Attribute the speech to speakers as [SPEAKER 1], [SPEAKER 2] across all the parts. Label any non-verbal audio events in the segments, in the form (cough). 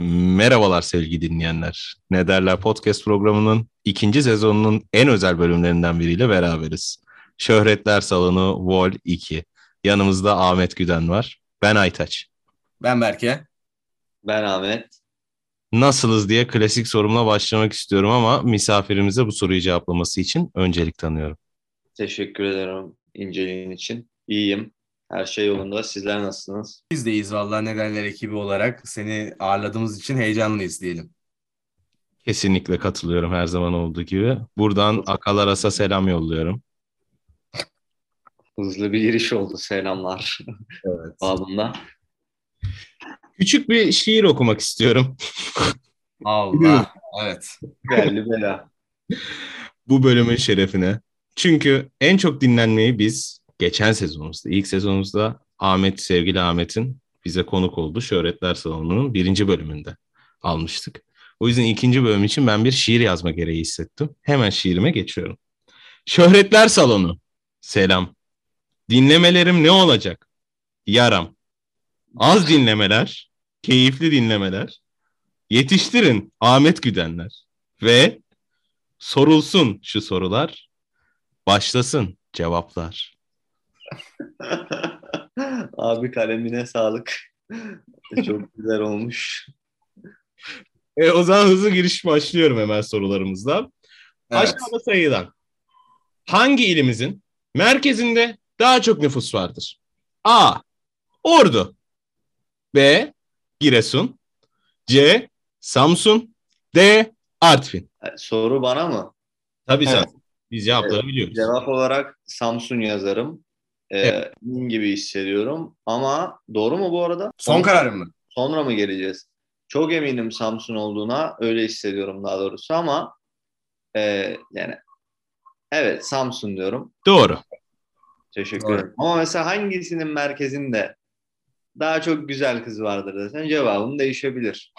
[SPEAKER 1] Merhabalar sevgili dinleyenler. Ne derler podcast programının ikinci sezonunun en özel bölümlerinden biriyle beraberiz. Şöhretler Salonu Vol 2. Yanımızda Ahmet Güden var. Ben Aytaç.
[SPEAKER 2] Ben Berke.
[SPEAKER 3] Ben Ahmet.
[SPEAKER 1] Nasılız diye klasik sorumla başlamak istiyorum ama misafirimize bu soruyu cevaplaması için öncelik tanıyorum.
[SPEAKER 3] Teşekkür ederim inceliğin için. İyiyim. Her şey yolunda. Sizler nasılsınız?
[SPEAKER 2] Biz de iyiyiz valla nedenler ekibi olarak. Seni ağırladığımız için heyecanlıyız diyelim.
[SPEAKER 1] Kesinlikle katılıyorum her zaman olduğu gibi. Buradan Akalaras'a selam yolluyorum.
[SPEAKER 3] Hızlı bir giriş oldu. Selamlar (laughs)
[SPEAKER 1] Evet.
[SPEAKER 3] babında.
[SPEAKER 1] Küçük bir şiir okumak istiyorum.
[SPEAKER 2] Allah. evet.
[SPEAKER 3] Belli bela. (laughs)
[SPEAKER 1] bu bölümün şerefine. Çünkü en çok dinlenmeyi biz geçen sezonumuzda, ilk sezonumuzda Ahmet, sevgili Ahmet'in bize konuk olduğu Şöhretler Salonu'nun birinci bölümünde almıştık. O yüzden ikinci bölüm için ben bir şiir yazma gereği hissettim. Hemen şiirime geçiyorum. Şöhretler Salonu. Selam. Dinlemelerim ne olacak? Yaram. Az dinlemeler, keyifli dinlemeler. Yetiştirin Ahmet Güdenler. Ve sorulsun şu sorular. Başlasın cevaplar.
[SPEAKER 3] Abi kalemine sağlık. (laughs) Çok güzel olmuş.
[SPEAKER 1] E, o zaman hızlı giriş başlıyorum hemen sorularımızla.
[SPEAKER 2] evet.
[SPEAKER 1] Aşağıda sayılan hangi ilimizin merkezinde daha çok nüfus vardır? A. Ordu B. Giresun C. Samsun D. Artvin.
[SPEAKER 3] E, Soru bana mı?
[SPEAKER 1] Tabii
[SPEAKER 2] Evet.
[SPEAKER 1] sen. Biz cevapları biliyoruz.
[SPEAKER 3] Cevap olarak Samsun yazarım. Ee,
[SPEAKER 1] Evet.
[SPEAKER 3] Min gibi hissediyorum. Ama doğru mu bu arada?
[SPEAKER 2] Son kararın mı?
[SPEAKER 3] Sonra mı geleceğiz? Çok eminim Samsun olduğuna. Öyle hissediyorum daha doğrusu ama e, yani evet Samsun diyorum.
[SPEAKER 1] Doğru. (laughs)
[SPEAKER 3] Teşekkür
[SPEAKER 2] Doğru.
[SPEAKER 3] ederim. Ama mesela hangisinin merkezinde daha çok güzel kız vardır desen cevabım değişebilir.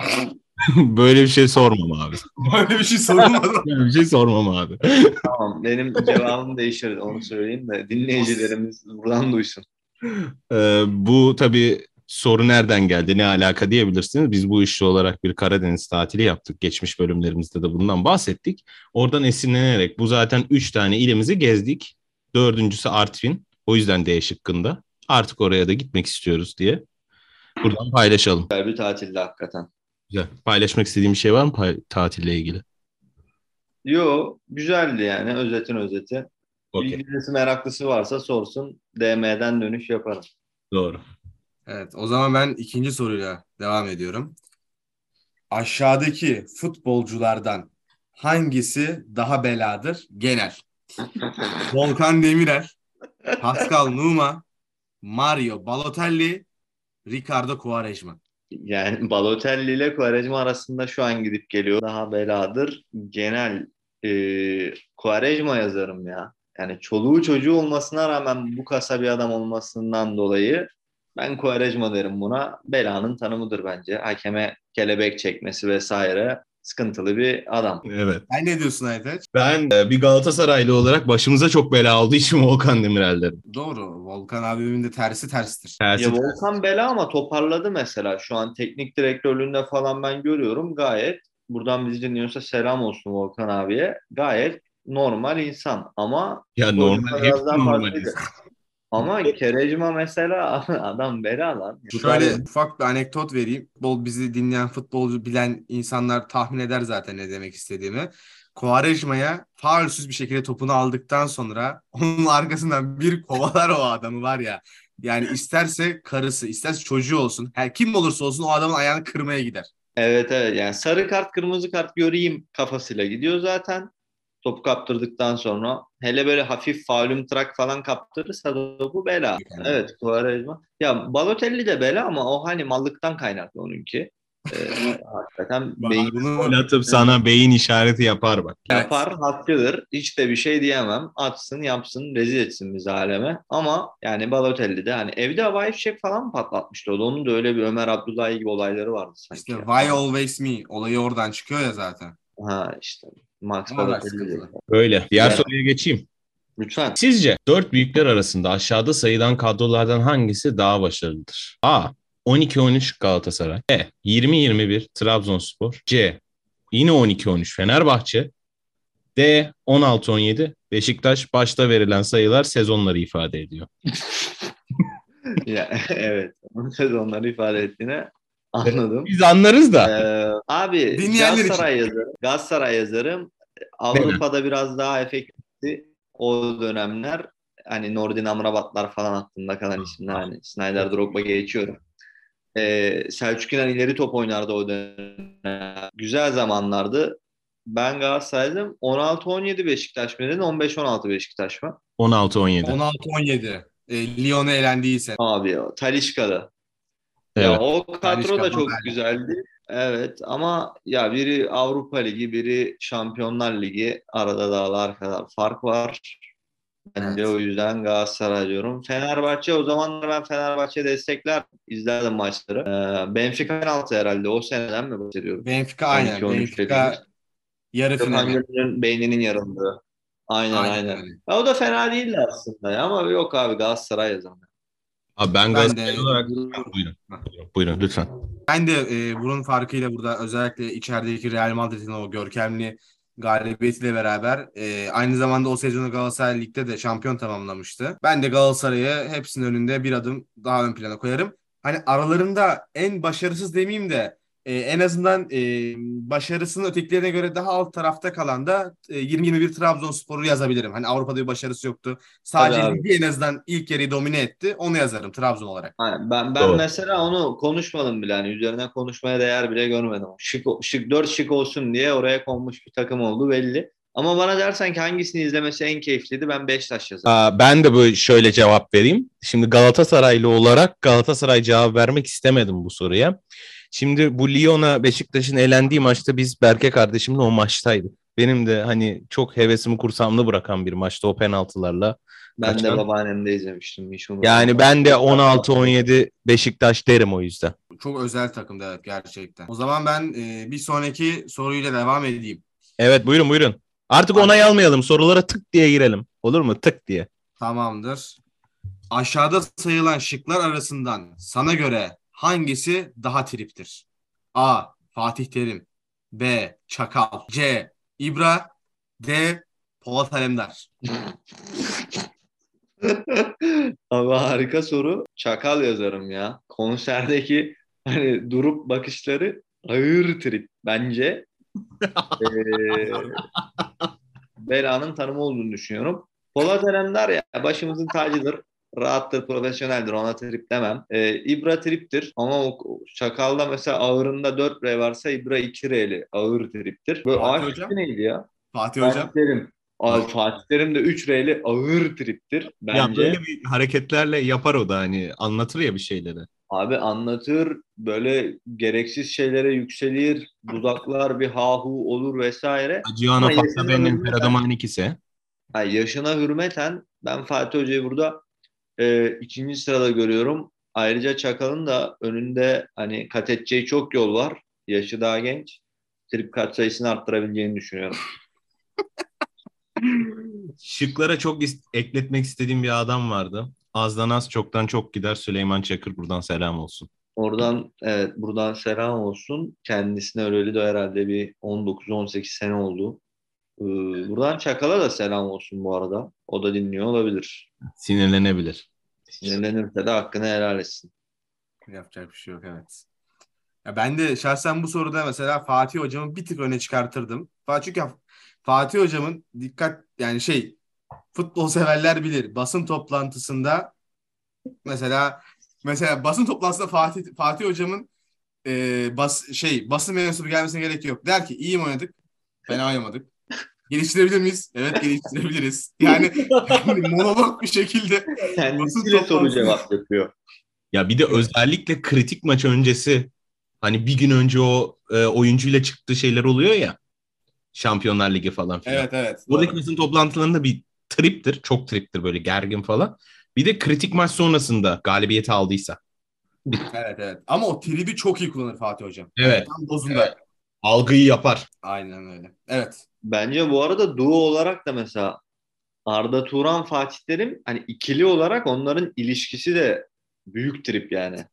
[SPEAKER 1] Böyle bir şey sormam abi.
[SPEAKER 2] (laughs) Böyle bir şey sorulmadı.
[SPEAKER 1] Böyle bir şey sormam abi.
[SPEAKER 3] tamam benim cevabım değişir onu söyleyeyim de dinleyicilerimiz buradan duysun.
[SPEAKER 1] Ee, bu tabii soru nereden geldi, ne alaka diyebilirsiniz. Biz bu işçi olarak bir Karadeniz tatili yaptık. Geçmiş bölümlerimizde de bundan bahsettik. Oradan esinlenerek bu zaten 3 tane ilimizi gezdik. Dördüncüsü Artvin. O yüzden D şıkkında. Artık oraya da gitmek istiyoruz diye. Buradan paylaşalım.
[SPEAKER 3] Güzel bir tatilde hakikaten.
[SPEAKER 1] Güzel. Paylaşmak istediğim bir şey var mı pay- tatille ilgili?
[SPEAKER 3] Yo güzeldi yani özetin özeti.
[SPEAKER 1] Okey.
[SPEAKER 3] İlgilisi meraklısı varsa sorsun. DM'den dönüş yaparım.
[SPEAKER 1] Doğru.
[SPEAKER 2] (laughs) evet. O zaman ben ikinci soruyla devam ediyorum. Aşağıdaki futbolculardan hangisi daha beladır?
[SPEAKER 3] (laughs)
[SPEAKER 2] Genel. Volkan Demirel, Pascal Numa, Mario Balotelli, Ricardo Quaresma.
[SPEAKER 3] Yani (laughs) Balotelli ile Quaresma arasında şu an gidip geliyor. Daha beladır. Genel e, Quaresma yazarım ya. Yani çoluğu çocuğu olmasına rağmen bu kasa bir adam olmasından dolayı ben Quaresma derim buna. Belanın tanımıdır bence. Hakeme kelebek çekmesi vesaire sıkıntılı bir adam.
[SPEAKER 1] Evet.
[SPEAKER 2] Sen ne diyorsun Aytaç?
[SPEAKER 1] Ben e, bir Galatasaraylı olarak başımıza çok bela olduğu için Volkan Demirel dedim.
[SPEAKER 2] Doğru. Volkan abimin de tersi terstir.
[SPEAKER 1] Tersi
[SPEAKER 3] Ya Volkan Bela ama toparladı mesela. Şu an teknik direktörlüğünde falan ben görüyorum. Gayet buradan bizi dinliyorsa selam olsun Volkan abiye. Gayet normal insan ama
[SPEAKER 1] Ya normal,
[SPEAKER 3] Volkan
[SPEAKER 1] hep
[SPEAKER 3] biraz daha
[SPEAKER 1] normal.
[SPEAKER 3] farklıydı. Ama Kerejma mesela (laughs) adam bela lan.
[SPEAKER 2] Şöyle ufak bir anekdot vereyim. Futbol bizi dinleyen futbolcu bilen insanlar tahmin eder zaten ne demek istediğimi. Quaresma'ya faulsüz bir şekilde topunu aldıktan sonra (laughs) onun arkasından bir kovalar o adamı var ya. Yani isterse karısı, isterse çocuğu olsun. Her kim olursa olsun o adamın ayağını kırmaya gider.
[SPEAKER 3] Evet evet yani sarı kart kırmızı kart göreyim kafasıyla gidiyor zaten. Topu kaptırdıktan sonra hele böyle hafif faulüm trak falan kaptırırsa topu bela.
[SPEAKER 2] Yani.
[SPEAKER 3] Evet Quaresma. Ya Balotelli de bela ama o hani mallıktan kaynaklı onunki. Ee, hakikaten beyin
[SPEAKER 2] Bunu
[SPEAKER 1] Gol atıp sana beyin işareti yapar bak.
[SPEAKER 2] Evet.
[SPEAKER 3] yapar haklıdır. Hiç de bir şey diyemem. Atsın yapsın rezil etsin bizi aleme. Ama yani Balotelli de hani evde havai fişek falan mı patlatmıştı. o da? Onun da öyle bir Ömer Abdullah gibi olayları vardı sanki.
[SPEAKER 2] işte why always me olayı oradan çıkıyor ya zaten.
[SPEAKER 3] Ha işte. Max
[SPEAKER 2] Ama
[SPEAKER 3] Balotelli.
[SPEAKER 2] sıkıntılı.
[SPEAKER 1] Böyle. Diğer
[SPEAKER 3] Evet.
[SPEAKER 1] soruya geçeyim.
[SPEAKER 3] Lütfen. (laughs)
[SPEAKER 1] Sizce dört büyükler arasında aşağıda sayılan kadrolardan hangisi daha başarılıdır? A. 12-13 Galatasaray. E. 20-21 Trabzonspor. C. Yine 12-13 Fenerbahçe. D. 16-17 Beşiktaş. Başta verilen sayılar sezonları ifade ediyor.
[SPEAKER 3] Ya, evet. Onları ifade ettiğine anladım.
[SPEAKER 1] Biz anlarız da.
[SPEAKER 3] Ee, abi
[SPEAKER 2] Dinleyenler için.
[SPEAKER 3] Galatasaray yazarım. Galatasaray yazarım. Avrupa'da biraz daha efektifti o dönemler. Hani Nordin Amrabatlar falan aklımda kalan isimler. Hani Snyder Drogba geçiyorum. Ee, Selçuk İnan ileri top oynardı o dönem. Güzel zamanlardı. Ben Galatasaray'dım. 16-17 Beşiktaş mı dedin? 15-16 Beşiktaş mı?
[SPEAKER 1] 16-17.
[SPEAKER 2] 16-17. E, Lyon'a elendiyse.
[SPEAKER 3] Abi ya, Talişka'da.
[SPEAKER 1] Evet.
[SPEAKER 3] Ya o kadro da
[SPEAKER 2] Talişka,
[SPEAKER 3] çok
[SPEAKER 2] Mbappe.
[SPEAKER 3] güzeldi. Evet ama ya biri Avrupa Ligi, biri Şampiyonlar Ligi. Arada dağlar kadar fark var. Bence
[SPEAKER 2] Evet.
[SPEAKER 3] o yüzden Galatasaray diyorum. Fenerbahçe o zaman ben Fenerbahçe destekler izlerdim maçları. Ee, Benfica penaltı herhalde o seneden mi bahsediyorum?
[SPEAKER 2] Benfica aynen.
[SPEAKER 3] 12-13
[SPEAKER 2] Benfica yarı
[SPEAKER 3] Gökhan
[SPEAKER 2] finali.
[SPEAKER 3] Gönül'ün beyninin yarıldığı. Aynen aynen.
[SPEAKER 2] Aynen.
[SPEAKER 3] Ya o da fena değildi aslında ya, ama yok abi Galatasaray yazalım.
[SPEAKER 1] Abi ben,
[SPEAKER 2] Ben
[SPEAKER 1] Galatasaray
[SPEAKER 2] de
[SPEAKER 1] olarak... Buyurun. Buyurun, Buyurun lütfen.
[SPEAKER 2] Ben de e, bunun farkıyla burada özellikle içerideki Real Madrid'in o görkemli galibiyetiyle beraber e, aynı zamanda o sezonu Galatasaray Lig'de de şampiyon tamamlamıştı. Ben de Galatasaray'ı hepsinin önünde bir adım daha ön plana koyarım. Hani aralarında en başarısız demeyeyim de e, en azından e, başarısının ötekilerine göre daha alt tarafta kalan da e, 20-21 Trabzonspor'u yazabilirim. Hani Avrupa'da bir başarısı yoktu. Sadece
[SPEAKER 3] Tabii abi.
[SPEAKER 2] ligi en azından ilk yeri domine etti. Onu yazarım Trabzon olarak.
[SPEAKER 3] Aynen. Ben ben
[SPEAKER 1] Doğru.
[SPEAKER 3] mesela onu konuşmadım bile hani üzerine konuşmaya değer bile görmedim. Şık şık 4 şık olsun diye oraya konmuş bir takım oldu belli. Ama bana dersen ki hangisini izlemesi en keyifliydi ben Beşiktaş yazarım.
[SPEAKER 1] Aa, Ee, ben de böyle şöyle cevap vereyim. Şimdi Galatasaraylı olarak Galatasaray cevap vermek istemedim bu soruya. Şimdi bu Lyon'a Beşiktaş'ın elendiği maçta biz Berke kardeşimle o maçtaydık. Benim de hani çok hevesimi kursamda bırakan bir maçta o penaltılarla.
[SPEAKER 3] ben
[SPEAKER 1] kaçan?
[SPEAKER 3] de babaannemde izlemiştim hiç unutmam.
[SPEAKER 1] Yani ben de 16-17 Beşiktaş derim o yüzden.
[SPEAKER 2] Çok özel takımdı evet gerçekten. O zaman ben e, bir sonraki soruyla devam edeyim.
[SPEAKER 1] Evet buyurun buyurun. Artık onay almayalım sorulara tık diye girelim. Olur mu tık diye.
[SPEAKER 2] Tamamdır. Aşağıda sayılan şıklar arasından sana göre hangisi daha triptir? A. Fatih Terim B. Çakal C. İbra D. Polat Alemdar.
[SPEAKER 3] Abi harika soru. Çakal yazarım ya. Konserdeki hani durup bakışları ağır trip bence. Ee, belanın tanımı olduğunu düşünüyorum. Polat Alemdar ya başımızın tacıdır. Rahattır, profesyoneldir. Ona trip demem. Ee, İbra triptir ama o Çakal'da mesela ağırında 4 R varsa İbra 2 R'li. Ağır triptir. Böyle
[SPEAKER 2] Fatih
[SPEAKER 3] Fatih
[SPEAKER 2] Hocam?
[SPEAKER 3] neydi ya?
[SPEAKER 2] Fatih
[SPEAKER 3] Fatih
[SPEAKER 2] Hocam.
[SPEAKER 3] Terim. Abi Fatih Terim de 3 R'li ağır triptir. Bence.
[SPEAKER 1] bir hareketlerle yapar o da hani anlatır ya bir şeyleri.
[SPEAKER 3] Abi anlatır, böyle gereksiz şeylere yükselir, dudaklar bir hahu olur vesaire.
[SPEAKER 1] Cihan'a
[SPEAKER 3] Ama
[SPEAKER 1] fakta
[SPEAKER 3] yaşını
[SPEAKER 1] benim
[SPEAKER 3] öldürmeden-
[SPEAKER 1] Feradaman ise.
[SPEAKER 3] Ha, yaşına hürmeten ben Fatih Hoca'yı burada e, ikinci sırada görüyorum. Ayrıca Çakal'ın da önünde hani kat edeceği çok yol var. Yaşı daha genç. Trip kat sayısını arttırabileceğini düşünüyorum.
[SPEAKER 1] Şıklara çok is- ekletmek istediğim bir adam vardı. Azdan az çoktan çok gider Süleyman Çakır buradan selam olsun.
[SPEAKER 3] Oradan evet buradan selam olsun. Kendisine öleli de herhalde bir 19-18 sene oldu. Ee, buradan Çakal'a da selam olsun bu arada. O da dinliyor olabilir.
[SPEAKER 1] Sinirlenebilir.
[SPEAKER 3] Sinirlenirse de hakkını helal etsin.
[SPEAKER 2] Yapacak bir şey yok evet. Ya ben de şahsen bu soruda mesela Fatih hocamı bir tık öne çıkartırdım. Fa- Çünkü Fa- Fatih hocamın dikkat yani şey futbol severler bilir. Basın toplantısında mesela mesela basın toplantısında Fatih Fatih hocamın e, bas şey basın mensubu gelmesine gerek yok. Der ki iyi mi oynadık? Fena oynamadık. Geliştirebilir miyiz? Evet geliştirebiliriz. Yani, yani monolog bir şekilde
[SPEAKER 3] Kendisiyle soru
[SPEAKER 2] toplantısı-
[SPEAKER 3] cevap yapıyor.
[SPEAKER 1] Ya bir de özellikle kritik maç öncesi hani bir gün önce o e, oyuncuyla çıktığı şeyler oluyor ya. Şampiyonlar Ligi falan filan.
[SPEAKER 2] evet evet.
[SPEAKER 1] Buradaki basın toplantılarında bir triptir. Çok triptir böyle gergin falan. Bir de kritik maç sonrasında galibiyeti aldıysa.
[SPEAKER 2] Evet evet. Ama o tribi çok iyi kullanır Fatih Hocam.
[SPEAKER 1] Evet.
[SPEAKER 2] Tam dozunda.
[SPEAKER 1] Algıyı yapar.
[SPEAKER 2] Aynen öyle. Evet.
[SPEAKER 3] Bence bu arada duo olarak da mesela Arda Turan Fatih Terim hani ikili olarak onların ilişkisi de büyük trip yani.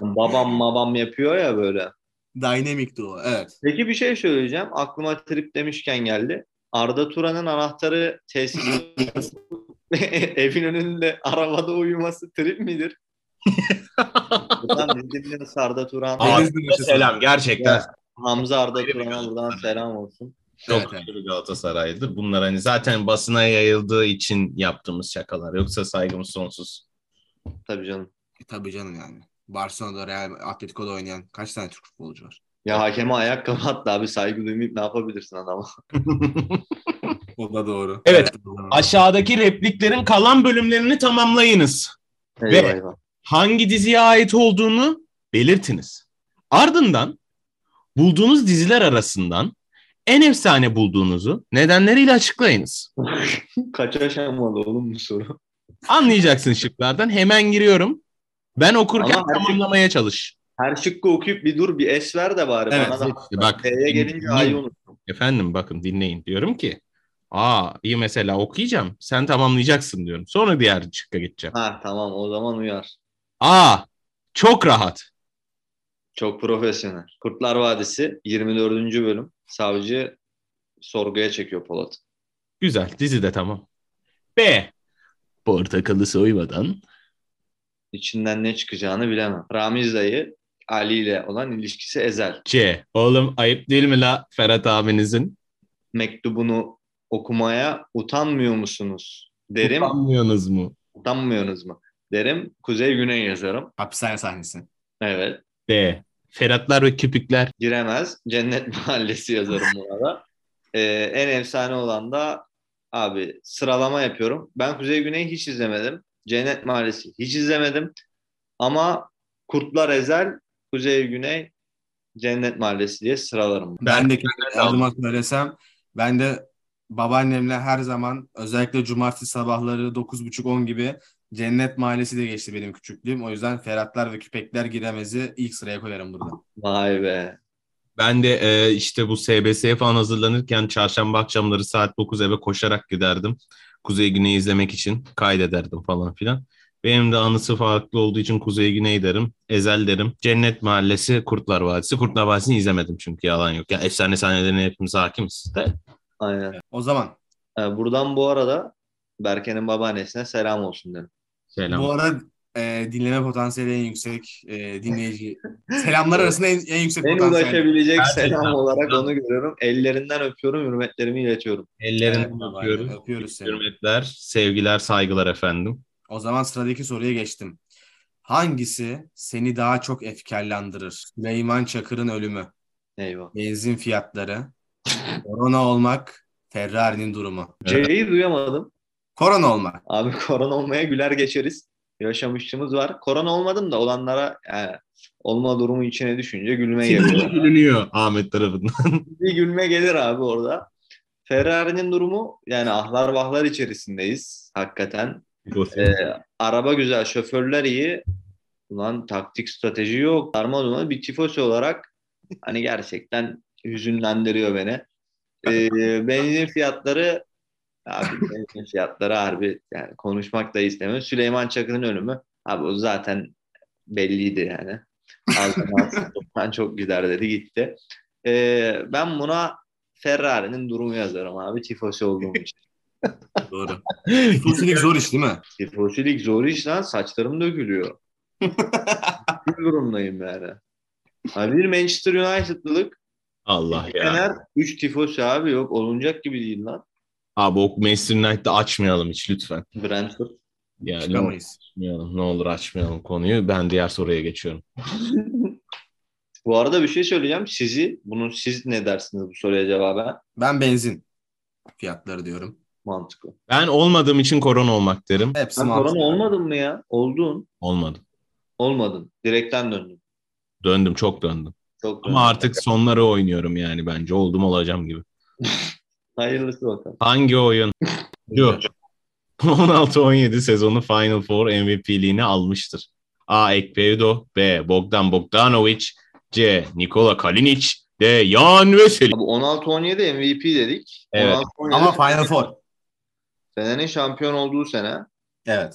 [SPEAKER 3] babam babam yapıyor ya böyle.
[SPEAKER 2] Dynamic'ti o. Evet.
[SPEAKER 3] Peki bir şey söyleyeceğim. Aklıma trip demişken geldi. Arda Turan'ın anahtarı teslim evin önünde arabada uyuması trip midir? buradan bizi dinliyorsa Arda Turan.
[SPEAKER 2] Abi.
[SPEAKER 1] Ağzına selam gerçekten.
[SPEAKER 3] Ya, Hamza Arda Turan'a buradan selam olsun.
[SPEAKER 1] Çok
[SPEAKER 2] Evet, evet.
[SPEAKER 1] kötü bir Galatasaray'dır. Bunlar hani zaten basına yayıldığı için yaptığımız şakalar. Yoksa saygımız sonsuz.
[SPEAKER 3] Tabii canım.
[SPEAKER 2] E, tabii canım yani. Barcelona'da Real Atletico'da oynayan kaç tane Türk futbolcu var?
[SPEAKER 3] Ya hakeme ayakkabı attı abi saygı duymayıp ne
[SPEAKER 1] (laughs)
[SPEAKER 3] yapabilirsin adama?
[SPEAKER 2] O da doğru.
[SPEAKER 1] Evet.
[SPEAKER 2] o da doğru.
[SPEAKER 1] Aşağıdaki repliklerin kalan bölümlerini tamamlayınız.
[SPEAKER 3] Eyvah eyvah. (laughs)
[SPEAKER 1] hangi diziye ait olduğunu belirtiniz. Ardından bulduğunuz diziler arasından en efsane bulduğunuzu nedenleriyle açıklayınız.
[SPEAKER 3] Kaç aşamalı oğlum bu soru?
[SPEAKER 1] Anlayacaksın şıklardan. Hemen giriyorum. Ben okurken
[SPEAKER 3] Ama artık-
[SPEAKER 1] tamamlamaya çalış.
[SPEAKER 3] Her şıkkı okuyup bir dur bir es ver de bari.
[SPEAKER 1] Evet,
[SPEAKER 3] bana da.
[SPEAKER 1] işte bak.
[SPEAKER 3] T'ye gelince A'yı unuttum.
[SPEAKER 1] Efendim bakın dinleyin. Diyorum ki aa iyi mesela okuyacağım. Sen tamamlayacaksın diyorum. Sonra diğer şıkka geçeceğim.
[SPEAKER 3] Ha tamam o zaman uyar.
[SPEAKER 1] Aa çok rahat.
[SPEAKER 3] Çok profesyonel. Kurtlar Vadisi 24. bölüm. Savcı sorguya çekiyor Polat.
[SPEAKER 1] Güzel dizi de tamam. B. Portakalı soymadan
[SPEAKER 3] İçinden ne çıkacağını bilemem. Ramiz dayı Ali ile olan ilişkisi ezel.
[SPEAKER 1] C. Oğlum ayıp değil mi la Ferhat abinizin?
[SPEAKER 3] Mektubunu okumaya utanmıyor musunuz? Derim.
[SPEAKER 1] Utanmıyorsunuz mu?
[SPEAKER 3] Utanmıyorsunuz mu? Derim. Kuzey güney yazarım.
[SPEAKER 2] Hapishane sahnesi.
[SPEAKER 3] Evet.
[SPEAKER 1] D. Ferhatlar ve Küpükler.
[SPEAKER 3] Giremez. Cennet (laughs) Mahallesi yazarım buna da. Ee, en efsane olan da abi sıralama yapıyorum. Ben Kuzey Güney'i hiç izlemedim. Cennet Mahallesi hiç izlemedim. Ama Kurtlar Ezel, Kuzey Güney, Cennet Mahallesi diye sıralarım.
[SPEAKER 2] Ben de kendime söylesem ben de babaannemle her zaman özellikle cumartesi sabahları 9.30-10 gibi Cennet Mahallesi de geçti benim küçüklüğüm. O yüzden Ferhatlar ve Küpekler giremezi ilk sıraya koyarım burada.
[SPEAKER 3] Vay be.
[SPEAKER 1] Ben de e, işte bu SBS'ye falan hazırlanırken çarşamba akşamları saat 9 eve koşarak giderdim. Kuzey Güney'i izlemek için kaydederdim falan filan. Benim de anısı farklı olduğu için Kuzey Güney derim, Ezel derim. Cennet Mahallesi, Kurtlar Vadisi. Kurtlar Vadisi'ni izlemedim çünkü yalan yok. Ya efsane sahnelerine hepimiz hakimiz de.
[SPEAKER 3] Aynen.
[SPEAKER 2] O zaman
[SPEAKER 3] Ee, buradan bu arada Berke'nin babaannesine selam olsun derim.
[SPEAKER 1] Selam.
[SPEAKER 2] bu arada e, dinleme potansiyeli en yüksek e, dinleyici. Selamlar arasında en, en yüksek
[SPEAKER 3] En
[SPEAKER 2] potansiyel.
[SPEAKER 3] ulaşabilecek
[SPEAKER 1] Gerçekten.
[SPEAKER 3] selam olarak onu görüyorum. Ellerinden öpüyorum, hürmetlerimi iletiyorum.
[SPEAKER 1] Ellerinden
[SPEAKER 2] Evet, babaanne,
[SPEAKER 1] öpüyoruz.
[SPEAKER 2] öpüyoruz seni.
[SPEAKER 1] Hürmetler, sevgiler, saygılar efendim.
[SPEAKER 2] O zaman sıradaki soruya geçtim. Hangisi seni daha çok efkarlandırır? Süleyman Çakır'ın ölümü,
[SPEAKER 3] Eyvah.
[SPEAKER 2] benzin fiyatları, korona olmak, Ferrari'nin durumu.
[SPEAKER 1] Evet.
[SPEAKER 3] C'yi duyamadım.
[SPEAKER 2] Korona olmak.
[SPEAKER 3] Abi (laughs) korona olmaya güler geçeriz. Yaşamışlığımız var. Korona olmadım da olanlara yani olma durumu içine düşünce
[SPEAKER 1] (laughs)
[SPEAKER 3] gülme geliyor.
[SPEAKER 1] Gülünüyor Ahmet tarafından.
[SPEAKER 3] bir gülme gelir abi orada. Ferrari'nin durumu yani ahlar vahlar içerisindeyiz hakikaten. Ee, araba güzel, şoförler iyi. Ulan taktik strateji yok. Darma duman bir tifosi olarak hani gerçekten hüzünlendiriyor beni. Ee, benzin fiyatları abi benzin fiyatları harbi yani konuşmak da istemiyorum. Süleyman Çakır'ın ölümü abi o zaten belliydi yani. Ağzından alsın, (laughs) toptan çok gider dedi gitti. Ee, ben buna Ferrari'nin durumu yazarım abi tifosi olduğum için.
[SPEAKER 2] Doğru. Fosilik zor iş değil mi?
[SPEAKER 3] Tifosilik zor iş lan. Saçlarım dökülüyor. Bir durumdayım yani. Ha bir Manchester United'lılık.
[SPEAKER 1] (laughs) Allah ya.
[SPEAKER 3] Fener 3 tifosi abi yok. Olunacak gibi değil lan.
[SPEAKER 1] Abi o Manchester United'ı açmayalım hiç lütfen.
[SPEAKER 3] Brentford.
[SPEAKER 1] Ya, ne olur
[SPEAKER 2] Çıkamayız.
[SPEAKER 1] açmayalım. Ne olur açmayalım konuyu. Ben diğer soruya geçiyorum.
[SPEAKER 3] Bu arada bir şey söyleyeceğim. Sizi, bunu siz ne dersiniz bu soruya cevaben?
[SPEAKER 2] Ben benzin fiyatları diyorum.
[SPEAKER 3] Mantıklı.
[SPEAKER 1] Ben olmadığım için korona olmak derim.
[SPEAKER 2] Hepsi
[SPEAKER 3] Sen
[SPEAKER 2] mantıklı.
[SPEAKER 3] korona olmadın mı ya? Oldun.
[SPEAKER 1] Olmadım.
[SPEAKER 3] Olmadın. Direkten döndün.
[SPEAKER 1] Döndüm çok döndüm.
[SPEAKER 3] Çok
[SPEAKER 1] Ama artık sonları oynuyorum yani bence. Oldum olacağım gibi.
[SPEAKER 3] Hayırlısı bakalım.
[SPEAKER 1] Hangi (laughs) oyun? Yok. 16-17 sezonu Final Four MVP'liğini almıştır. A. Ekpedo B. Bogdan Bogdanovic C. Nikola Kalinic D. Jan Veseli.
[SPEAKER 3] Abi 16-17 MVP dedik.
[SPEAKER 1] Evet.
[SPEAKER 3] 16-17
[SPEAKER 2] Ama Final Four.
[SPEAKER 3] Fener'in şampiyon olduğu sene
[SPEAKER 2] Evet.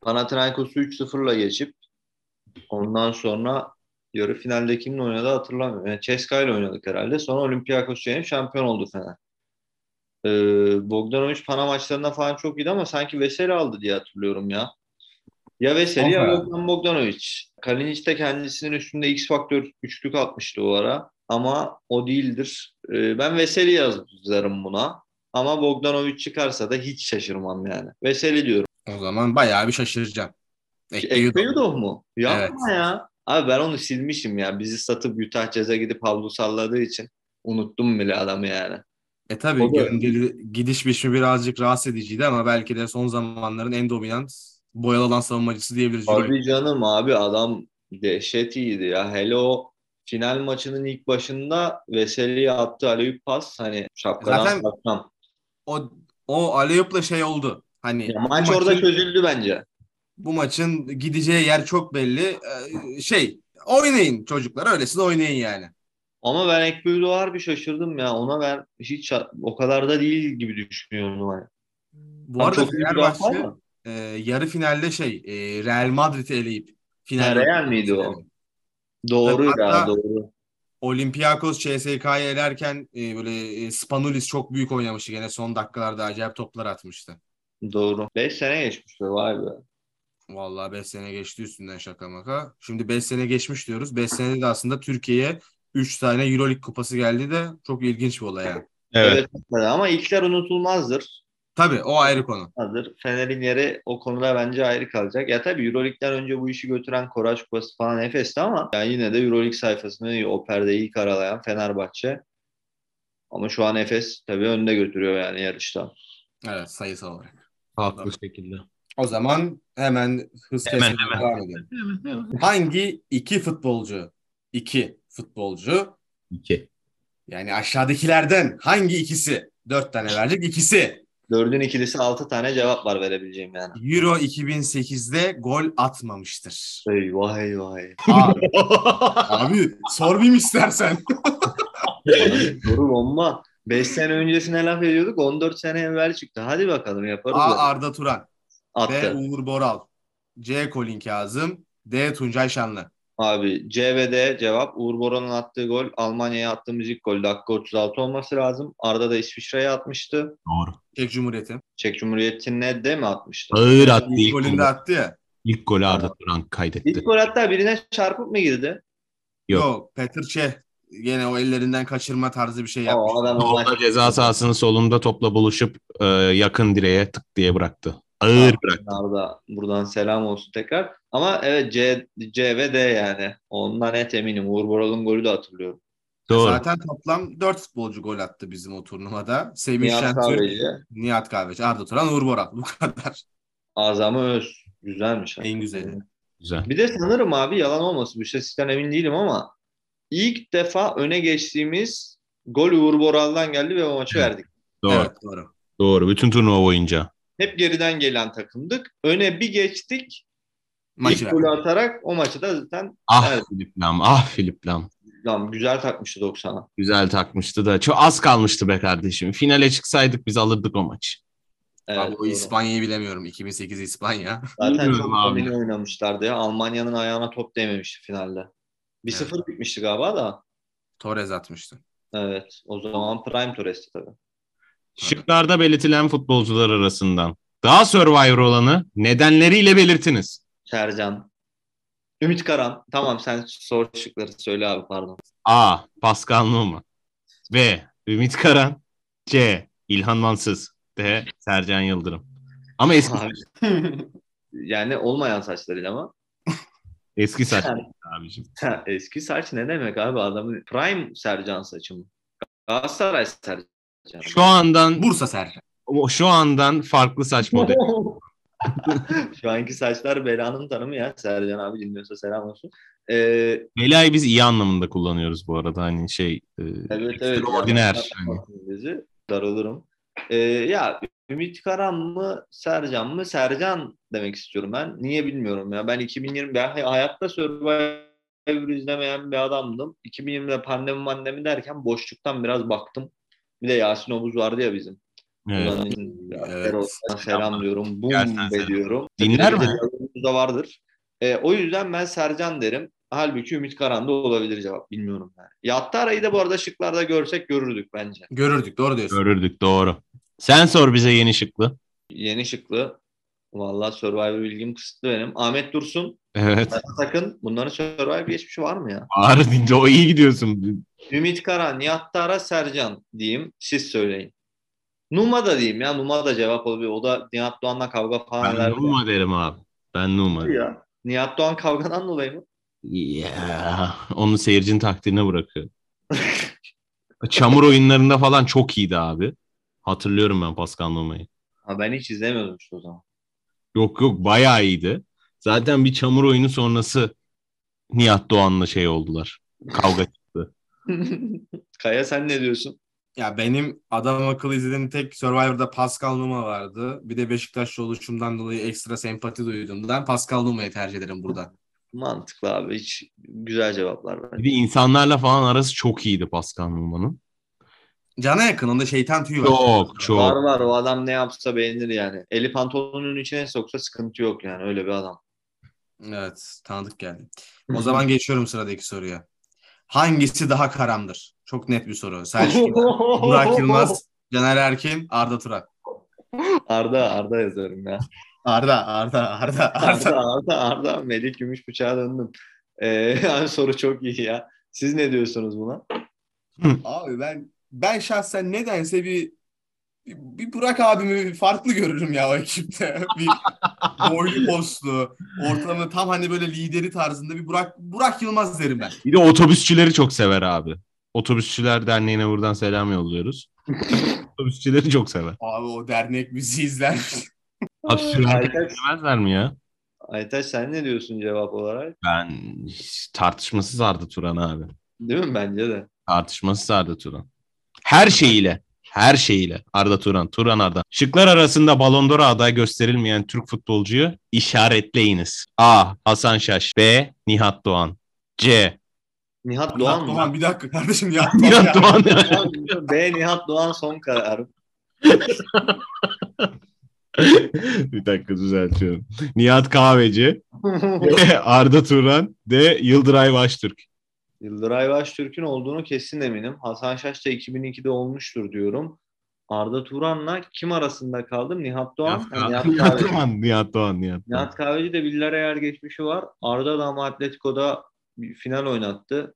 [SPEAKER 3] Panathinaikos'u 3-0'la geçip Ondan sonra yarı finalde kimle oynadı hatırlamıyorum. Yani Ceska ile oynadık herhalde. Sonra Olympiakos'u yenip şampiyon oldu Fener. Ee, Bogdanovic Pana maçlarında falan çok iyiydi ama sanki Veseli aldı diye hatırlıyorum ya. Ya Veseli ya
[SPEAKER 2] Aferin.
[SPEAKER 3] Bogdan Bogdanovic. Kalinic de kendisinin üstünde X faktör üçlük atmıştı o ara. Ama o değildir. Ee, ben Veseli yazarım buna. Ama Bogdanovic çıkarsa da hiç şaşırmam yani. Veseli diyorum.
[SPEAKER 2] O zaman bayağı bir şaşıracağım. Ekliyordu.
[SPEAKER 3] Ekpeyudov mu? Yapma
[SPEAKER 2] Evet.
[SPEAKER 3] ya. Abi ben onu silmişim ya. Bizi satıp Utah Jazz'a gidip havlu salladığı için unuttum bile adamı yani.
[SPEAKER 2] E
[SPEAKER 3] O
[SPEAKER 2] tabii
[SPEAKER 3] da-
[SPEAKER 2] gönderi- gidiş biçimi birazcık rahatsız ediciydi ama belki de son zamanların en dominant boyalı alan savunmacısı diyebiliriz.
[SPEAKER 3] Abi canım abi adam dehşet iyiydi ya. Hele o final maçının ilk başında Veseli'ye attığı aleyhüp pas hani şapkadan
[SPEAKER 2] Zaten-
[SPEAKER 3] saklam.
[SPEAKER 2] O o Aleyup'la şey oldu. Hani
[SPEAKER 3] Ya
[SPEAKER 2] bu
[SPEAKER 3] maç
[SPEAKER 2] maçın-
[SPEAKER 3] orada çözüldü bence.
[SPEAKER 2] bu maçın gideceği yer çok belli. Ee, şey oynayın çocuklar öylesine oynayın yani.
[SPEAKER 3] Ama ben Ekbey'de harbi şaşırdım ya. Ona ben hiç o kadar da değil gibi düşünüyorum. Hani.
[SPEAKER 2] Bu arada
[SPEAKER 3] çok büyük bir laf var
[SPEAKER 2] Fenerbahçe
[SPEAKER 3] mı?
[SPEAKER 2] e, yarı finalde şey e, Real Madrid'i eleyip
[SPEAKER 3] Ha,
[SPEAKER 2] finalde
[SPEAKER 3] Real miydi o? Doğru ya
[SPEAKER 2] Hatta-
[SPEAKER 3] doğru.
[SPEAKER 2] Olympiakos CSK'yı elerken e, böyle e, Spanulis çok büyük oynamıştı gene son dakikalarda acayip toplar atmıştı.
[SPEAKER 3] Doğru. 5 sene geçmiş be vay be.
[SPEAKER 2] Vallahi 5 sene geçti üstünden şaka maka. Şimdi 5 sene geçmiş diyoruz. 5 senede de aslında Türkiye'ye 3 tane EuroLeague kupası geldi de çok ilginç bir olay yani.
[SPEAKER 1] Evet.
[SPEAKER 3] Evet. Ama ilkler unutulmazdır.
[SPEAKER 2] Tabii o ayrı konu.
[SPEAKER 3] Hazır. Fener'in yeri o konuda bence ayrı kalacak. Ya tabii Euroleague'den önce bu işi götüren Koraç Kupası falan Efes'ti ama yani yine de Euroleague sayfasını o perdeyi ilk aralayan Fenerbahçe. Ama şu an Efes tabii önde götürüyor yani yarışta.
[SPEAKER 2] Evet sayısal olarak.
[SPEAKER 1] Haklı (laughs) şekilde.
[SPEAKER 2] O zaman hemen hız
[SPEAKER 1] Hemen,
[SPEAKER 2] kesmeye
[SPEAKER 1] hemen.
[SPEAKER 2] devam edelim. Hangi iki futbolcu? İki futbolcu.
[SPEAKER 1] İki.
[SPEAKER 2] Yani aşağıdakilerden hangi ikisi? Dört tane verdik ikisi.
[SPEAKER 3] Dördün ikilisi altı tane cevap var verebileceğim yani.
[SPEAKER 2] Euro 2008'de gol
[SPEAKER 1] (laughs)
[SPEAKER 2] atmamıştır.
[SPEAKER 3] Eyvah eyvah. eyvah.
[SPEAKER 2] Abi, abi sor bir istersen.
[SPEAKER 3] Doğru bomba. 5 sene öncesine laf ediyorduk. 14 sene evvel çıktı. Hadi bakalım yaparız.
[SPEAKER 2] A.
[SPEAKER 3] yani.
[SPEAKER 2] Arda Turan. B.
[SPEAKER 3] Attı.
[SPEAKER 2] Uğur Boral. C. Colin Kazım. D. Tuncay Şanlı.
[SPEAKER 3] Abi C ve D cevap. Uğur Boran'ın attığı gol Almanya'ya attığımız ilk gol. Dakika 36 olması lazım. Arda da İsviçre'ye atmıştı.
[SPEAKER 1] Doğru.
[SPEAKER 2] Çek Cumhuriyeti.
[SPEAKER 3] Çek Cumhuriyeti'ne de mi atmıştı?
[SPEAKER 1] Ağır attı
[SPEAKER 2] İlk
[SPEAKER 1] ilk
[SPEAKER 2] golünde
[SPEAKER 1] golü.
[SPEAKER 2] attı ya.
[SPEAKER 1] İlk golü Arda Turan kaydetti.
[SPEAKER 3] İlk gol hatta birine çarpıp mı girdi?
[SPEAKER 1] Yok.
[SPEAKER 2] Yok. Petr Çeh. Gene o ellerinden kaçırma tarzı bir şey yapmış.
[SPEAKER 3] O adam o maç-
[SPEAKER 1] Orada ceza sahasının solunda topla buluşup e, yakın direğe tık diye bıraktı. Ağır bıraktı.
[SPEAKER 3] Arda buradan selam olsun tekrar. Ama evet C, C ve D yani. Ondan net eminim. Uğur Boral'ın golü de hatırlıyorum.
[SPEAKER 1] Doğru.
[SPEAKER 2] Zaten toplam 4 futbolcu gol attı bizim o turnuvada. Semih
[SPEAKER 3] Nihat
[SPEAKER 2] Şentürk,
[SPEAKER 3] Kahveci,
[SPEAKER 2] Nihat Kahveci, Arda Turan, Uğur Boral. Bu kadar.
[SPEAKER 3] Azami Öz. Güzelmiş.
[SPEAKER 2] En güzeli.
[SPEAKER 1] Güzel.
[SPEAKER 3] Bir de sanırım abi yalan olmasın. Bir şeyden emin değilim ama ilk defa öne geçtiğimiz gol Uğur Boral'dan geldi ve o maçı verdik.
[SPEAKER 1] Doğru.
[SPEAKER 2] Evet doğru.
[SPEAKER 1] Doğru. Bütün turnuva boyunca.
[SPEAKER 3] Hep geriden gelen takımdık. Öne bir geçtik.
[SPEAKER 2] Maçı
[SPEAKER 3] İlk
[SPEAKER 2] verdi.
[SPEAKER 3] golü atarak o maçı da zaten
[SPEAKER 1] Ah
[SPEAKER 3] Evet.
[SPEAKER 1] Filip Lam. Ah Filip Lam.
[SPEAKER 3] lan güzel takmıştı 90'a.
[SPEAKER 1] Güzel takmıştı da. Çok az kalmıştı be kardeşim. Finale çıksaydık biz alırdık o maçı.
[SPEAKER 3] Evet,
[SPEAKER 2] Abi o
[SPEAKER 3] doğru.
[SPEAKER 2] İspanya'yı bilemiyorum. 2008 İspanya. (laughs)
[SPEAKER 3] Zaten çok
[SPEAKER 1] Bilmiyorum abi.
[SPEAKER 3] domine oynamışlardı ya. Almanya'nın ayağına top değmemişti finalde. 1-0 bitmişti galiba da.
[SPEAKER 2] Torres atmıştı.
[SPEAKER 3] Evet. O zaman Prime Torres'ti tabii.
[SPEAKER 1] Şıklarda belirtilen futbolcular arasından daha Survivor olanı nedenleriyle belirtiniz.
[SPEAKER 3] Sercan. Ümit Karan. Tamam sen sor şıkları söyle abi pardon.
[SPEAKER 1] A. Pascal Numa B. Ümit Karan C. İlhan Mansız D. Sercan Yıldırım. Ama eski,
[SPEAKER 3] Abi. yani olmayan saçlarıyla ama.
[SPEAKER 1] eski saç abicim.
[SPEAKER 3] Ha, Eski saç ne demek abi adamın prime Sercan saçı mı? Galatasaray Sercan.
[SPEAKER 1] Şu andan
[SPEAKER 2] Bursa Ser.
[SPEAKER 1] şu andan farklı saç
[SPEAKER 3] (laughs)
[SPEAKER 1] modeli.
[SPEAKER 3] Şu anki saçlar belanın tanımı ya. Sercan abi dinliyorsa selam olsun. Ee,
[SPEAKER 1] Belayı biz iyi anlamında kullanıyoruz bu arada. Hani şey e,
[SPEAKER 3] evet evet.
[SPEAKER 1] extraordiner.
[SPEAKER 3] Yani,
[SPEAKER 1] Hani
[SPEAKER 3] İngilizce, daralırım. Ee, ya Ümit Karan mı Sercan mı? Sercan demek istiyorum ben. Niye bilmiyorum ya. Ben 2020 ben hay- hayatta Survivor izlemeyen bir adamdım. 2020'de pandemi mandemi derken boşluktan biraz baktım. Bir de Yasin Obuz vardı ya bizim.
[SPEAKER 1] evet.
[SPEAKER 3] Ulan
[SPEAKER 2] Evet.
[SPEAKER 3] Erol'dan selam diyorum. Bum
[SPEAKER 1] Gerçekten
[SPEAKER 3] be
[SPEAKER 1] selam.
[SPEAKER 3] diyorum.
[SPEAKER 1] Dinler mi?
[SPEAKER 3] Yalanımız da vardır. E, o yüzden ben Sercan derim. Halbuki Ümit Karan da olabilir cevap. Bilmiyorum yani. Yattara'yı da bu arada şıklarda görsek görürdük bence.
[SPEAKER 2] Görürdük doğru diyorsun.
[SPEAKER 1] Görürdük doğru. Sen sor bize yeni şıklı.
[SPEAKER 3] Yeni şıklı. Vallahi Survivor bilgim kısıtlı benim. Ahmet Dursun,
[SPEAKER 1] Evet.
[SPEAKER 3] Serhat Akın. Bunların Survivor geçmişi var mı ya?
[SPEAKER 1] Ağır deyince o iyi gidiyorsun.
[SPEAKER 3] Ümit Karan, Yattara, Sercan diyeyim. Siz söyleyin. Numa da diyeyim ya. Numa da cevap olabilir. O da Nihat Doğan'la kavga falan
[SPEAKER 1] Ben
[SPEAKER 3] ederdi.
[SPEAKER 1] Numa derim abi. Ben Numa derim.
[SPEAKER 3] Ya. Nihat Doğan kavgadan dolayı mı?
[SPEAKER 1] Ya, Onu seyircinin takdirine
[SPEAKER 3] (laughs)
[SPEAKER 1] bırakıyor. Çamur oyunlarında falan çok iyiydi abi. Hatırlıyorum ben Pascal Numa'yı.
[SPEAKER 3] Ha, ben hiç izlemiyordum işte o zaman.
[SPEAKER 1] Yok yok bayağı iyiydi. Zaten bir çamur oyunu sonrası Nihat Doğan'la şey oldular. Kavga.
[SPEAKER 3] Kaya sen ne diyorsun?
[SPEAKER 2] Ya benim adam akıllı izlediğim tek Survivor'da Pascal Numa vardı. Bir de Beşiktaşlı oluşumdan dolayı ekstra sempati duyduğumdan Pascal Numa'yı tercih ederim burada.
[SPEAKER 3] Mantıklı abi. Hiç güzel cevaplar
[SPEAKER 1] bir
[SPEAKER 3] var.
[SPEAKER 1] de insanlarla falan arası çok iyiydi Pascal Numa'nın.
[SPEAKER 2] Cana yakın onda şeytan tüyü var.
[SPEAKER 1] Çok çok.
[SPEAKER 3] Var var o adam ne yapsa beğenir yani. Eli pantolonun içine soksa sıkıntı yok yani öyle bir adam.
[SPEAKER 2] Evet tanıdık geldi. O zaman geçiyorum sıradaki soruya. Hangisi daha karamdır? Çok net bir soru.
[SPEAKER 3] (laughs)
[SPEAKER 2] Selçuk (laughs) İnan, şey. Burak Yılmaz, Caner Erkin, Arda Turan.
[SPEAKER 3] Arda Arda yazıyorum ya.
[SPEAKER 2] Arda, Arda, Arda, (laughs) Arda.
[SPEAKER 3] Arda Arda Arda Melih Gümüş bıçağa döndüm. Ee, (laughs) yani soru çok iyi ya. Siz ne diyorsunuz buna?
[SPEAKER 2] Abi ben ben şahsen nedense bir bir Burak abimi bir farklı görürüm ya o ekipte. (laughs) Bir boylu poslu, ortamı tam hani böyle lideri tarzında bir Burak Burak Yılmaz derim ben.
[SPEAKER 1] Bir de otobüsçüleri çok sever abi. Otobüsçüler Derneği'ne buradan selam yolluyoruz. otobüsçüleri çok sever.
[SPEAKER 2] Abi o dernek bizi izler.
[SPEAKER 1] Abi sürer
[SPEAKER 3] Aytaç,
[SPEAKER 1] demezler mi ya?
[SPEAKER 3] Aytaç sen ne diyorsun cevap olarak?
[SPEAKER 1] Ben tartışmasız Arda Turan abi.
[SPEAKER 3] Değil mi bence de?
[SPEAKER 1] Tartışmasız Arda Turan. Her şeyiyle. Her şeyiyle. Arda Turan. Turan Arda. Şıklar arasında Ballon d'Or aday gösterilmeyen Türk futbolcuyu işaretleyiniz. A. Hasan Şaş. B. Nihat Doğan. C.
[SPEAKER 3] Nihat Doğan mı?
[SPEAKER 2] Doğan bir dakika
[SPEAKER 3] (laughs)
[SPEAKER 2] kardeşim ya.
[SPEAKER 1] Nihat Doğan. (laughs)
[SPEAKER 3] B. Nihat Doğan son kararım.
[SPEAKER 2] (laughs)
[SPEAKER 1] Bir dakika düzeltiyorum. Nihat Kahveci. B. Arda Turan. D. Yıldıray Baştürk.
[SPEAKER 3] Yıldıray Baştürk'ün olduğunu kesin eminim. Hasan Şaş da 2002'de olmuştur diyorum. Arda Turan'la kim arasında kaldım? Nihat Doğan. Ha, Nihat
[SPEAKER 1] Nihat
[SPEAKER 3] Kahveci.
[SPEAKER 1] Doğan. Nihat Doğan. Nihat Doğan.
[SPEAKER 3] Nihat Kahveci de Villarreal geçmişi var. Arda da ama Atletico'da bir final oynattı.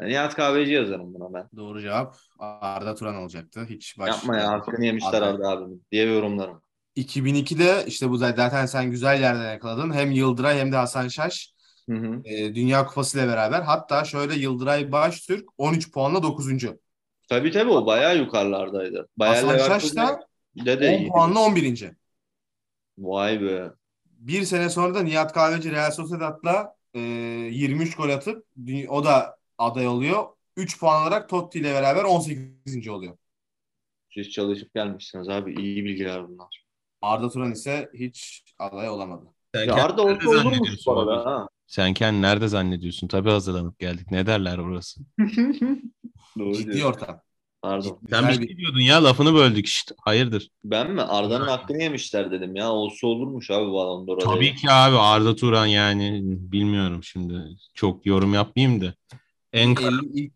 [SPEAKER 3] Yani Nihat Kahveci yazarım buna ben.
[SPEAKER 2] Doğru cevap Arda Turan olacaktı. Hiç baş...
[SPEAKER 3] Yapma ya hakkını yemişler
[SPEAKER 2] Arda.
[SPEAKER 3] Arda abimin diye yorumlarım.
[SPEAKER 2] 2002'de işte bu zaten sen güzel yerden yakaladın. Hem Yıldıray hem de Hasan Şaş
[SPEAKER 3] Hı hı.
[SPEAKER 2] e, Dünya Kupası ile beraber. Hatta şöyle Yıldıray Baştürk 13 puanla 9.
[SPEAKER 3] Tabii tabii o bayağı yukarılardaydı. Bayağı
[SPEAKER 2] Hasan Şaş
[SPEAKER 3] Leverkusen'de
[SPEAKER 2] da
[SPEAKER 3] de
[SPEAKER 2] 10
[SPEAKER 3] iyiydi.
[SPEAKER 2] puanla 11.
[SPEAKER 3] Vay be.
[SPEAKER 2] Bir sene sonra da Nihat Kahveci Real Sociedad'la e, 23 gol atıp dü- o da aday oluyor. 3 puan olarak Totti ile beraber 18. oluyor.
[SPEAKER 3] Siz çalışıp gelmişsiniz abi. İyi bilgiler bunlar.
[SPEAKER 2] Arda Turan ise hiç aday olamadı.
[SPEAKER 1] Sen
[SPEAKER 3] Ya Arda
[SPEAKER 1] kendini
[SPEAKER 3] olsa
[SPEAKER 1] nerede
[SPEAKER 3] olur mu
[SPEAKER 1] zannediyorsun
[SPEAKER 3] bu
[SPEAKER 1] abi?
[SPEAKER 3] arada? Ha?
[SPEAKER 1] Sen kendini nerede zannediyorsun? Tabii hazırlanıp geldik. Ne derler orası?
[SPEAKER 3] Doğru
[SPEAKER 2] Ciddi
[SPEAKER 3] diyorsun.
[SPEAKER 2] ortam.
[SPEAKER 3] Pardon.
[SPEAKER 1] Sen bir
[SPEAKER 2] Güzel bir-
[SPEAKER 1] şey diyordun ya lafını böldük işte. Hayırdır?
[SPEAKER 3] Ben mi? Arda'nın hakkını yemişler dedim ya. Olsa olurmuş abi Ballon d'Or'a.
[SPEAKER 1] Tabii
[SPEAKER 3] dedim.
[SPEAKER 1] ki abi Arda Turan yani bilmiyorum şimdi. Çok yorum yapmayayım da. En
[SPEAKER 2] 50, ilk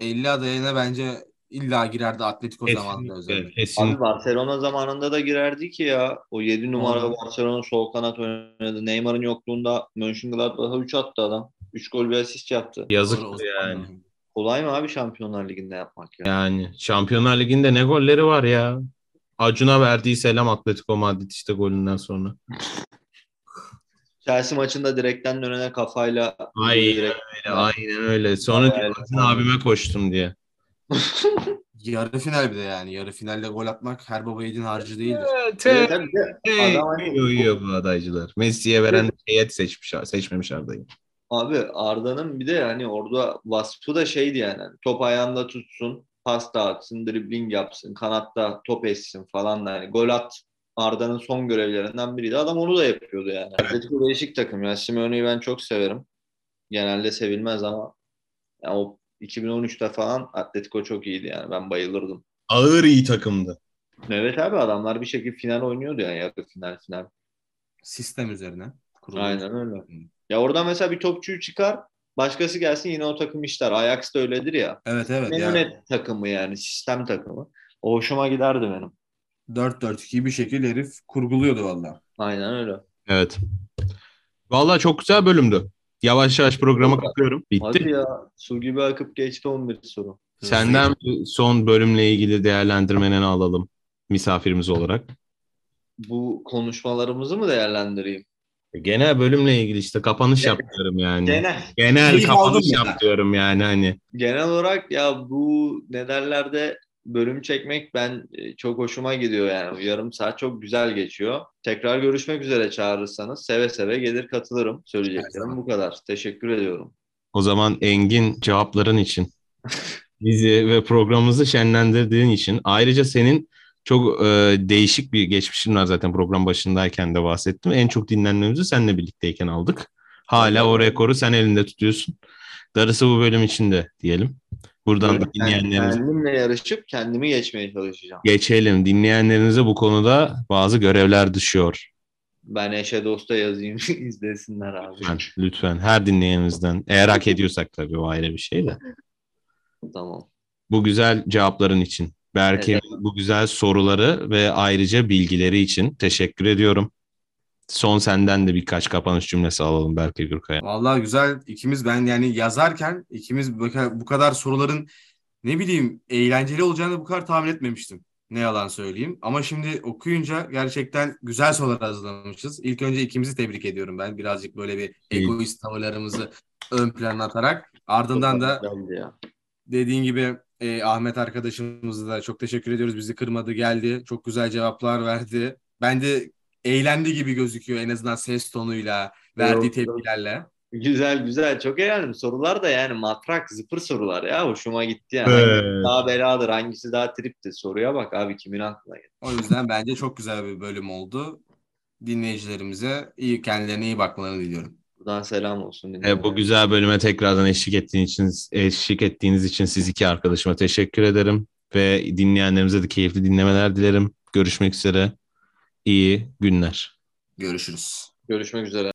[SPEAKER 2] 50 adayına bence illa girerdi Atletico zamanında özellikle.
[SPEAKER 1] kesinlikle, kesinlikle.
[SPEAKER 3] Abi Barcelona zamanında da girerdi ki ya. O 7 numara
[SPEAKER 2] Doğru.
[SPEAKER 3] Barcelona sol kanat oynadı. Neymar'ın yokluğunda Mönchengladbach'a 3 attı adam. 3 gol bir asist yaptı.
[SPEAKER 1] Yazık
[SPEAKER 2] Doğru,
[SPEAKER 1] yani.
[SPEAKER 2] Osmanlı.
[SPEAKER 3] Kolay mı abi Şampiyonlar Ligi'nde yapmak ya?
[SPEAKER 1] Yani Şampiyonlar Ligi'nde ne golleri var ya. Acun'a verdiği selam Atletico Madrid işte golünden sonra.
[SPEAKER 3] Chelsea maçında direkten dönene kafayla
[SPEAKER 1] Ay,
[SPEAKER 3] direkt-
[SPEAKER 1] Aynen öyle. Sonra diyor, Acun abime koştum diye.
[SPEAKER 2] Yarı final bir de yani. Yarı finalde gol atmak her baba yiğidin harcı değildir.
[SPEAKER 3] Evet, tabii de Adam hani-
[SPEAKER 1] Ee, şey, Uyuyor bu adaycılar. Messi'ye veren heyet seçmiş, seçmemiş Arda'yı.
[SPEAKER 3] Abi Arda'nın bir de yani orada vasfı da şeydi yani. Hani Top ayağında tutsun, pas dağıtsın, dribbling yapsın, kanatta top etsin falan da yani gol at Arda'nın son görevlerinden biriydi. Adam onu da yapıyordu yani. Atletico değişik takım ya. Simeone'yi ben çok severim. Genelde sevilmez ama ya o 2013'te falan Atletico çok iyiydi yani. Ben bayılırdım.
[SPEAKER 1] Ağır iyi takımdı.
[SPEAKER 3] Evet abi adamlar bir şekilde final oynuyordu yani. Yakın final final.
[SPEAKER 2] Sistem üzerine kurulu.
[SPEAKER 3] Aynen öyle. Ya orada mesela bir topçu çıkar, başkası gelsin yine o takım işler. Ajax da öyledir ya.
[SPEAKER 2] Evet evet.
[SPEAKER 3] Memnun
[SPEAKER 2] Yani.
[SPEAKER 3] et takımı yani, sistem takımı. O hoşuma giderdi benim.
[SPEAKER 2] 4-4-2 bir şekil herif kurguluyordu valla.
[SPEAKER 3] Aynen öyle.
[SPEAKER 1] Evet. Vallahi çok güzel bölümdü. Yavaş yavaş programa kapıyorum.
[SPEAKER 3] Hadi
[SPEAKER 1] Bitti.
[SPEAKER 3] ya, su gibi akıp geçti 11 soru.
[SPEAKER 1] Senden bir son bölümle ilgili değerlendirmeni alalım misafirimiz olarak.
[SPEAKER 3] Bu konuşmalarımızı mı değerlendireyim?
[SPEAKER 1] Genel bölümle ilgili işte kapanış yap diyorum
[SPEAKER 2] Hmm.
[SPEAKER 1] yani. Genel,
[SPEAKER 3] Genel
[SPEAKER 2] Keyif
[SPEAKER 1] kapanış
[SPEAKER 2] aldın mı
[SPEAKER 1] yap
[SPEAKER 2] ya?
[SPEAKER 1] diyorum yani hani.
[SPEAKER 3] genel olarak ya bu nedenlerde bölüm çekmek ben e, çok hoşuma gidiyor yani. Yarım saat çok güzel geçiyor. Tekrar görüşmek üzere çağırırsanız seve seve gelir katılırım. Söyleyeceklerim
[SPEAKER 2] zaman.
[SPEAKER 3] bu kadar. Teşekkür ediyorum.
[SPEAKER 1] O zaman Engin cevapların için bizi ve programımızı şenlendirdiğin için ayrıca senin çok e, değişik bir geçmişin var zaten program başındayken de bahsettim. En çok dinlenmemizi seninle birlikteyken aldık. Hala o rekoru sen elinde tutuyorsun. Darısı bu bölüm içinde diyelim. Buradan da
[SPEAKER 3] Yani
[SPEAKER 1] dinleyenlerimize
[SPEAKER 3] kendimle yarışıp kendimi geçmeye çalışacağım.
[SPEAKER 1] geçelim. Dinleyenlerinize bu konuda bazı görevler düşüyor.
[SPEAKER 3] Ben eşe dosta yazayım (laughs) izlesinler abi.
[SPEAKER 1] Lütfen, lütfen her dinleyenimizden. Eğer hak ediyorsak tabii o ayrı bir şey de.
[SPEAKER 3] Tamam.
[SPEAKER 1] bu güzel cevapların için. Berke
[SPEAKER 3] Evet.
[SPEAKER 1] bu güzel soruları ve ayrıca bilgileri için teşekkür ediyorum. Son senden de birkaç kapanış cümlesi alalım Berke Gürkaya.
[SPEAKER 2] Vallahi güzel ikimiz ben yani yazarken ikimiz bu ka- bu kadar soruların ne bileyim eğlenceli olacağını bu kadar tahmin etmemiştim. Ne yalan söyleyeyim. Ama şimdi okuyunca gerçekten güzel sorular hazırlamışız. İlk önce ikimizi tebrik ediyorum ben. Birazcık böyle bir egoist tavırlarımızı ön plana atarak. Ardından da
[SPEAKER 3] (laughs) Güzeldi ya.
[SPEAKER 2] dediğin gibi e, Ahmet arkadaşımıza da çok teşekkür ediyoruz. Bizi kırmadı, geldi. Çok güzel cevaplar verdi. Ben de eğlendi gibi gözüküyor en azından ses tonuyla, verdiği
[SPEAKER 3] Yok, yok.
[SPEAKER 2] tepkilerle.
[SPEAKER 3] Güzel güzel çok eğlendim. Sorular da yani matrak zıpır sorular ya hoşuma gitti yani.
[SPEAKER 1] Evet.
[SPEAKER 3] Hangisi daha beladır hangisi daha tripti soruya bak abi kimin aklına geldi.
[SPEAKER 2] O yüzden bence çok güzel bir bölüm oldu. Dinleyicilerimize iyi kendilerine iyi bakmalarını diliyorum.
[SPEAKER 3] Buradan selam olsun.
[SPEAKER 1] E, bu güzel bölüme tekrardan eşlik ettiğiniz için eşlik ettiğiniz için siz iki arkadaşıma teşekkür ederim ve dinleyenlerimize de keyifli dinlemeler dilerim. Görüşmek üzere. İyi günler.
[SPEAKER 2] Görüşürüz.
[SPEAKER 3] Görüşmek üzere.